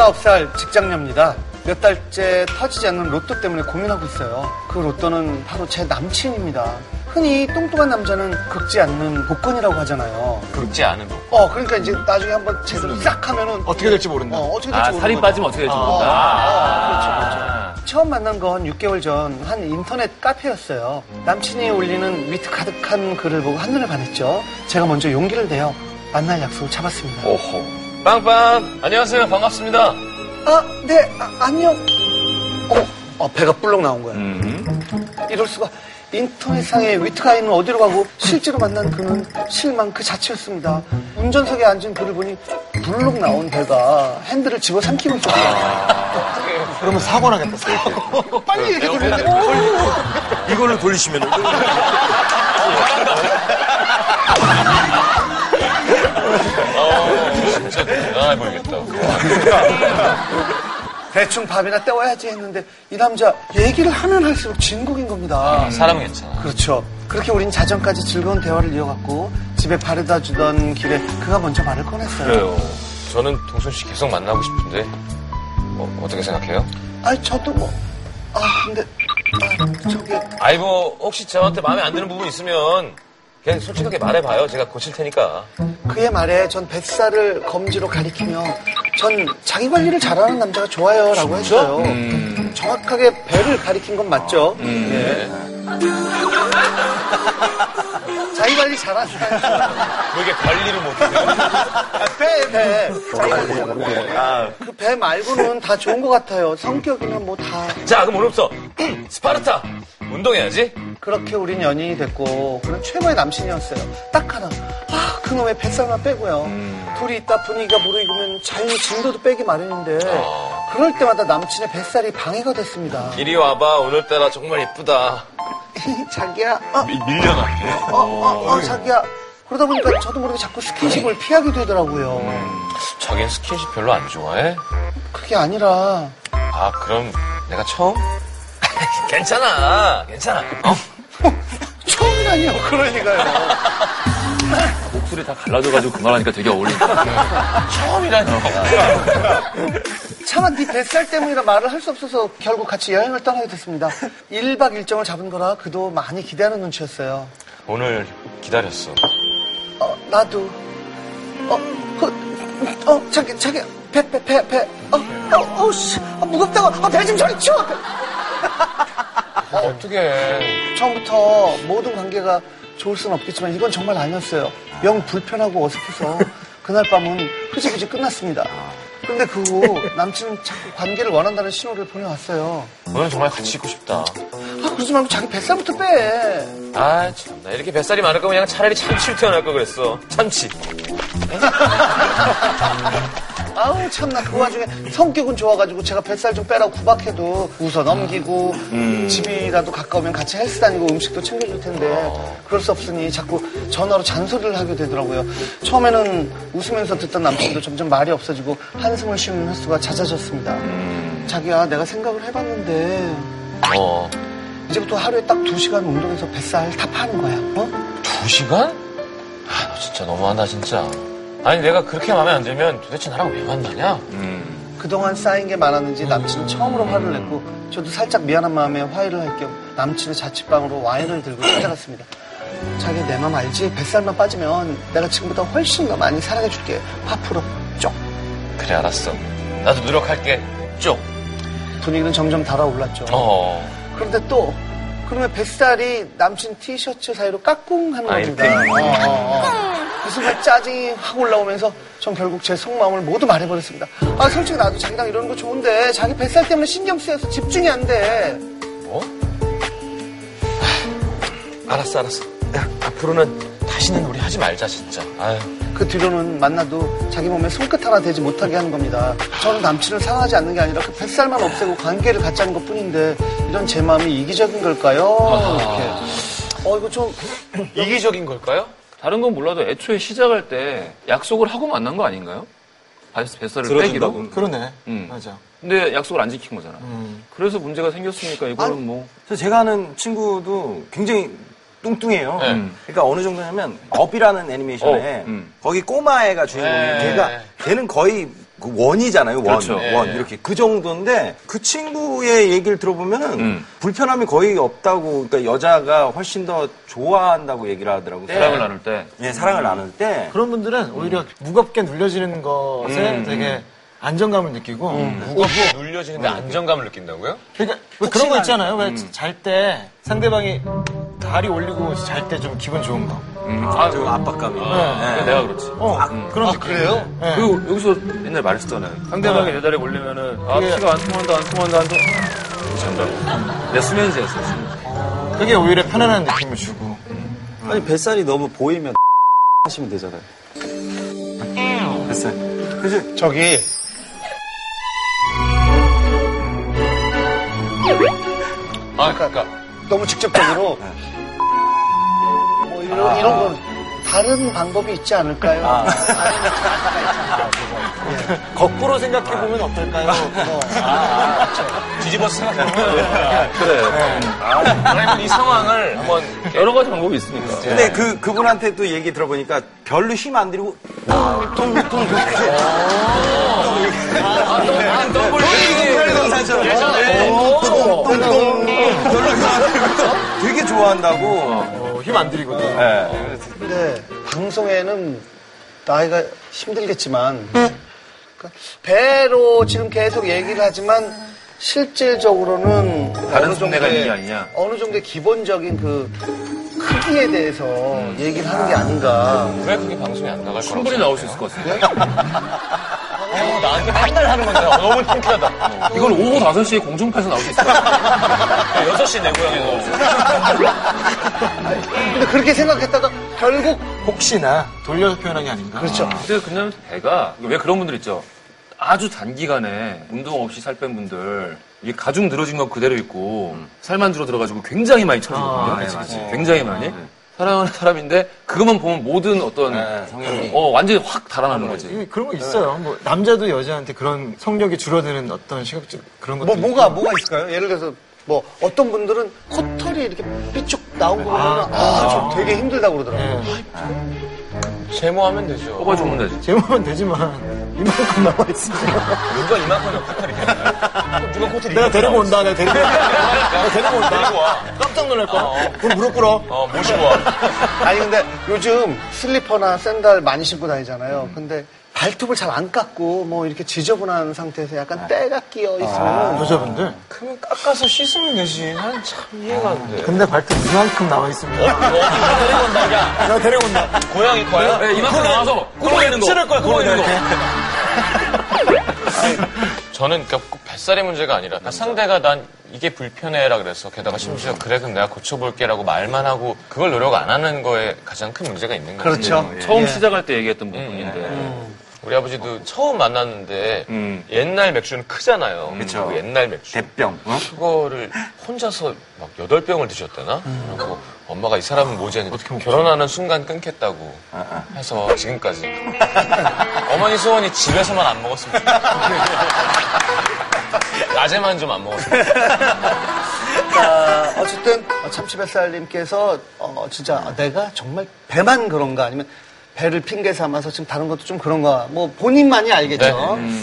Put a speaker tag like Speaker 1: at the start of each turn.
Speaker 1: 29살 직장녀입니다. 몇 달째 터지지 않는 로또 때문에 고민하고 있어요. 그 로또는 바로 제 남친입니다. 흔히 뚱뚱한 남자는 긁지 않는 복권이라고 하잖아요.
Speaker 2: 긁지 않은 거.
Speaker 1: 어, 그러니까 이제 나중에 한번 제대로 싹 하면은
Speaker 3: 어떻게 될지 모른다.
Speaker 1: 어, 어떻게 될지
Speaker 2: 아,
Speaker 1: 모르는
Speaker 2: 살이
Speaker 1: 거죠.
Speaker 2: 빠지면 어떻게 될지
Speaker 1: 아,
Speaker 2: 모른다. 아,
Speaker 1: 그렇죠, 처음 만난 건 6개월 전 한 인터넷 카페였어요. 남친이 올리는 위트 가득한 글을 보고 한눈에 반했죠. 제가 먼저 용기를 내어 만날 약속을 잡았습니다.
Speaker 2: 오호. 빵빵. 안녕하세요. 반갑습니다.
Speaker 1: 아, 네, 아, 안녕. 어, 어, 배가 불렁 나온 거야.
Speaker 2: 음.
Speaker 1: 이럴 수가 인터넷상에 위트가이는 어디로 가고 실제로 만난 그는 실망 그 자체였습니다. 운전석에 앉은 그를 보니 불룩 나온 배가 핸들을 집어 삼키고 있었어요.
Speaker 3: 그러면 사고 나겠다, 사고. 빨리 이렇게 돌리는데.
Speaker 4: 이걸로 돌리시면
Speaker 2: 아, 모르겠다.
Speaker 1: 대충 밥이나 때워야지 했는데 이 남자 얘기를 하면 할수록 진국인 겁니다.
Speaker 2: 사람은 괜찮아.
Speaker 1: 그렇죠. 그렇게 우린 자정까지 즐거운 대화를 이어갔고 집에 바래다 주던 길에 그가 먼저 말을 꺼냈어요.
Speaker 2: 그래요. 저는 동순 씨 계속 만나고 싶은데, 어, 떻게 생각해요?
Speaker 1: 아니 저도 뭐... 아 근데... 아 저기...
Speaker 2: 아이, 뭐, 혹시 저한테 마음에 안 드는 부분 있으면, 그냥 솔직하게 말해봐요. 제가 고칠 테니까.
Speaker 1: 그의 말에 전 뱃살을 검지로 가리키며 전 자기 관리를 잘하는 남자가 좋아요라고 했어요. 정확하게 배를 가리킨 건 맞죠? 예. 자기 관리 잘하는 남자.
Speaker 2: 왜 이렇게 관리를 못해?
Speaker 1: 아, 배, 배. 자기 관리 잘하는 그 배 말고는 다 좋은 것 같아요. 성격이나 뭐 다
Speaker 2: 자, 그럼 오늘 없어. 음, 스파르타! 운동해야지.
Speaker 1: 그렇게 우린 연인이 됐고 그는 최고의 남친이었어요. 딱 하나. 아, 그놈의 뱃살만 빼고요. 둘이 있다 분위기가 무르익으면 자연히 진도도 빼기 마련인데 그럴 때마다 남친의 뱃살이 방해가 됐습니다.
Speaker 2: 이리 와봐. 오늘따라 정말 예쁘다.
Speaker 1: 자기야, 어,
Speaker 4: 밀려나.
Speaker 1: 어, 어, 어, 자기야. 그러다 보니까 저도 모르게 자꾸 스킨십을 피하게 되더라고요.
Speaker 2: 자기는 스킨십 별로 안 좋아해?
Speaker 1: 그게 아니라
Speaker 2: 아, 그럼 내가 처음? 괜찮아, 괜찮아. 어?
Speaker 1: 처음이라니요. 그러니까요.
Speaker 5: 목소리 다 갈라져가지고 그 말하니까 되게 어울린다.
Speaker 2: 처음이라니.
Speaker 1: 차마 네 뱃살 때문이라 말을 할 수 없어서 결국 같이 여행을 떠나게 됐습니다. 1박 일정을 잡은 거라 그도 많이 기대하는 눈치였어요.
Speaker 2: 오늘 기다렸어.
Speaker 1: 어, 나도. 어, 그, 어, 자기, 자기, 배, 배, 배, 배. 어, 어, 어, 씨. 아, 무겁다고. 아, 배좀 저리 치워.
Speaker 2: 어떻게
Speaker 1: 처음부터 모든 관계가 좋을 순 없겠지만 이건 정말 아니었어요. 영 불편하고 어색해서 그날 밤은 흐지부지 끝났습니다. 근데 그 후 남친은 자꾸 관계를 원한다는 신호를 보내왔어요.
Speaker 2: 오늘 정말 같이 있고 싶다.
Speaker 1: 아, 그러지 말고 자기 뱃살부터 빼.
Speaker 2: 아, 참. 나 이렇게 뱃살이 많을 거면 그냥 차라리 참치를 태어날 걸 그랬어. 참치.
Speaker 1: 아우 참나 그 와중에 성격은 좋아가지고 제가 뱃살 좀 빼라고 구박해도 웃어 넘기고 집이라도 가까우면 같이 헬스 다니고 음식도 챙겨줄 텐데 그럴 수 없으니 자꾸 전화로 잔소리를 하게 되더라고요 처음에는 웃으면서 듣던 남친도 점점 말이 없어지고 한숨을 쉬는 횟수가 잦아졌습니다 자기야 내가 생각을 해봤는데
Speaker 2: 어,
Speaker 1: 이제부터 하루에 딱 두시간 운동해서 뱃살 다 파는 거야 어?
Speaker 2: 두 시간? 아, 너 진짜 너무한다, 진짜. 아니, 내가 그렇게 마음에 안 들면 도대체 나랑 왜 만나냐?
Speaker 1: 그동안 쌓인 게 많았는지 남친은 처음으로 화를 냈고 저도 살짝 미안한 마음에 화해를 할 겸 남친의 자취방으로 와인을 들고 찾아갔습니다. 자기 내 맘 알지? 뱃살만 빠지면 내가 지금보다 훨씬 더 많이 사랑해줄게. 화 풀어. 쪽.
Speaker 2: 그래, 알았어. 나도 노력할게. 쪽.
Speaker 1: 분위기는 점점 달아올랐죠.
Speaker 2: 어.
Speaker 1: 그런데 또 그러면 뱃살이 남친 티셔츠 사이로 깍꿍하는
Speaker 2: 아,
Speaker 1: 겁니다. 어, 어, 어. 그 순간 짜증이 확 올라오면서 전 결국 제 속마음을 모두 말해버렸습니다. 아 솔직히 나도 자기랑 이러는 거 좋은데 자기 뱃살 때문에 신경 쓰여서 집중이 안 돼.
Speaker 2: 뭐? 알았어, 알았어. 야, 앞으로는 다시는 우리 하지 말자, 진짜. 아유.
Speaker 1: 그 뒤로는 만나도 자기 몸에 손끝 하나 대지 못하게 하는 겁니다. 저는 남친을 사랑하지 않는 게 아니라 그 뱃살만 없애고 관계를 갖자는 것 뿐인데 이런 제 마음이 이기적인 걸까요? 이렇게. 어 이거 좀
Speaker 2: 이기적인 걸까요?
Speaker 5: 다른 건 몰라도 애초에 시작할 때 약속을 하고 만난 거 아닌가요? 발- 뱃살을
Speaker 4: 그렇죠.
Speaker 5: 빼기로.
Speaker 3: 그러네.
Speaker 5: 음.
Speaker 3: 맞아.
Speaker 5: 근데 약속을 안 지킨 거잖아. 그래서 문제가 생겼으니까 이거는 뭐
Speaker 4: 저 제가 아는 친구도 굉장히 뚱뚱해요.
Speaker 2: 네.
Speaker 4: 그러니까 어느 정도냐면 업이라는 애니메이션에
Speaker 5: 어, 음.
Speaker 4: 거기 꼬마애가 주인공이에요.
Speaker 2: 네.
Speaker 4: 걔가 걔는 거의 그 원이잖아요. 원,
Speaker 5: 그렇죠.
Speaker 4: 원 이렇게 그 정도인데 그 친구의 얘기를 들어보면은
Speaker 5: 음.
Speaker 4: 불편함이 거의 없다고 그러니까 여자가 훨씬 더 좋아한다고 얘기를 하더라고요.
Speaker 5: 사랑을 나눌 때.
Speaker 4: 예, 사랑을 나눌 때
Speaker 3: 그런 분들은 오히려 무겁게 눌려지는 것에 되게 안정감을 느끼고
Speaker 2: 무겁고 눌려지는데 안정감을 느낀다고요?
Speaker 3: 그러니까 왜 그런 거 있잖아요. 왜 잘 때 상대방이 다리 올리고 잘 때 좀 기분 좋은 거.
Speaker 5: 음. 아, 네.
Speaker 4: 좀 압박감이.
Speaker 5: 그래, 내가 그렇지.
Speaker 3: 어, 그런
Speaker 1: 아,
Speaker 3: 느낌.
Speaker 1: 그래요?
Speaker 3: 네.
Speaker 5: 그리고 여기서 옛날에 말했었잖아요. 네. 상대방이 내 다리 올리면은, 아, 피가 안 통한다, 안 통한다, 안 통한다. 잔다고. 내가 수면제였어, 수면제.
Speaker 3: 그게 오히려 편안한 느낌을 주고.
Speaker 6: 아니 뱃살이 너무 보이면 하시면 되잖아요.
Speaker 4: 됐어요.
Speaker 1: 저기
Speaker 2: 아, 그러니까. 아.
Speaker 1: 너무 직접적으로 뭐 이런 이런 거 다른 방법이 있지 않을까요?
Speaker 2: 아.
Speaker 3: 거꾸로 생각해 보면 어떨까요?
Speaker 2: 뒤집어서 생각해보면.
Speaker 5: 그래.
Speaker 2: 아니, 이 상황을 한번.
Speaker 5: 여러 가지 방법이 있으니까.
Speaker 4: 근데 그 그분한테 또 얘기 들어보니까 별로 힘 안 들이고 통통
Speaker 5: 아, 더블
Speaker 3: 예.
Speaker 4: 예. 별풍선처럼 예.
Speaker 2: 네. 어?
Speaker 3: 어,
Speaker 4: 별로 힘 안 들이고 되게 좋아한다고.
Speaker 3: 힘 안 들이거든.
Speaker 4: 예.
Speaker 1: 근데 방송에는 나이가 힘들겠지만 그러니까 배로 지금 계속 얘기를 하지만 실질적으로는
Speaker 5: 다른
Speaker 1: 어느
Speaker 5: 속내가
Speaker 1: 정도의-
Speaker 5: 있는 게 아니냐.
Speaker 1: 어느 정도의 기본적인 그 크기에 대해서 얘기를 하는 게 아닌가.
Speaker 2: 왜 그게 방송이 안 나갈 거라고?
Speaker 5: 충분히 네. 나올 수 있을 것 같습니다.
Speaker 2: 어, 나한테 한달 하는 건데. 나 너무 창피하다.
Speaker 5: 이건 오후 5시에 공중파에서 나올 수 있을 것 같아요.
Speaker 2: 6시 내 고향에 넣어.
Speaker 1: 근데 그렇게 생각했다가 결국
Speaker 3: 혹시나 돌려서 표현한 게 아닌가?
Speaker 1: 그렇죠.
Speaker 5: 근데 그냥 배가 왜 그런 분들 있죠? 아주 단기간에 운동 없이 살 뺀 분들 이게 가죽 늘어진 건 그대로 있고 살만 줄어 들어가지고 굉장히 많이 처지거든요. 굉장히 많이 사랑하는 사람인데 그것만 보면 모든 어떤 어 완전히 확 달아나는 거지.
Speaker 3: 이게 그런 거 있어요. 뭐 남자도 여자한테 그런 성격이 줄어드는 어떤 시각적 그런 것도
Speaker 1: 뭐
Speaker 3: 있고.
Speaker 1: 뭐가 뭐가 있을까요? 예를 들어서 뭐 어떤 분들은 코털이 이렇게 삐쭉 나온 거 보면 아저 되게 힘들다고
Speaker 5: 네.
Speaker 1: 그러더라고요.
Speaker 2: 제모하면 되죠. 어,
Speaker 5: 뽑아 주면 되지.
Speaker 3: 제목은 되지만 이만큼 남아 있으면
Speaker 2: 누가 이만큼의 코털이 되나요? 누가 코털이
Speaker 3: 내가 데리고
Speaker 2: 이만큼
Speaker 3: 온다. 내가 데리고 온다. 내가 데리고 온다.
Speaker 2: 데리고 와.
Speaker 3: 깜짝 놀랄 거야. 그럼 무릎 꿇어.
Speaker 2: 나와? 어, 모시고 와.
Speaker 1: 아니 근데 요즘 슬리퍼나 샌들 많이 신고 다니잖아요. 근데 발톱을 잘 안 깎고 뭐 이렇게 지저분한 상태에서
Speaker 2: 아.
Speaker 1: 약간 때가 끼어 있으면
Speaker 3: 여자분들.
Speaker 2: 그러면 깎아서 씻으면 되지. 난 참 이해가 안 돼.
Speaker 3: 근데 발톱 이만큼 남아 있습니다.
Speaker 2: 데리고 온다, 야.
Speaker 3: 내가 데리고 온다.
Speaker 2: 고양이 거야?
Speaker 5: 네, 이만큼 나와서
Speaker 4: 뭐,
Speaker 5: 꼬매는 거.
Speaker 3: 찌를 거야,
Speaker 5: 꼬매는 거.
Speaker 2: 저는 그러니까 꼭 뱃살의 문제가 아니라 그러니까 상대가 난 이게 불편해라 그래서 게다가 심지어 그래 그럼 내가 고쳐볼게라고 말만 하고 그걸 노력 안 하는 거에 가장 큰 문제가 있는 거예요.
Speaker 1: 그렇죠.
Speaker 5: 처음 시작할 때 얘기했던 부분인데
Speaker 2: 우리 아버지도 처음 만났는데
Speaker 4: 음.
Speaker 2: 옛날 맥주는 크잖아요.
Speaker 4: 그쵸.
Speaker 2: 그 옛날 맥주.
Speaker 4: 대병. 어?
Speaker 2: 그거를 혼자서 막 여덟 병을 드셨다나? 그리고 엄마가 이 사람은 뭐지? 하니 결혼하는 순간 끊겠다고
Speaker 4: 아,
Speaker 2: 해서 지금까지. 어머니 소원이 집에서만 안 먹었으면 좋겠다. 낮에만 좀 안 먹었으면 좋겠다.
Speaker 1: 아, 어쨌든 참치뱃살님께서 어, 진짜 내가 정말 배만 그런가 아니면 배를 핑계 삼아서 지금 다른 것도 좀 그런가 뭐 본인만이 알겠죠.
Speaker 2: 네.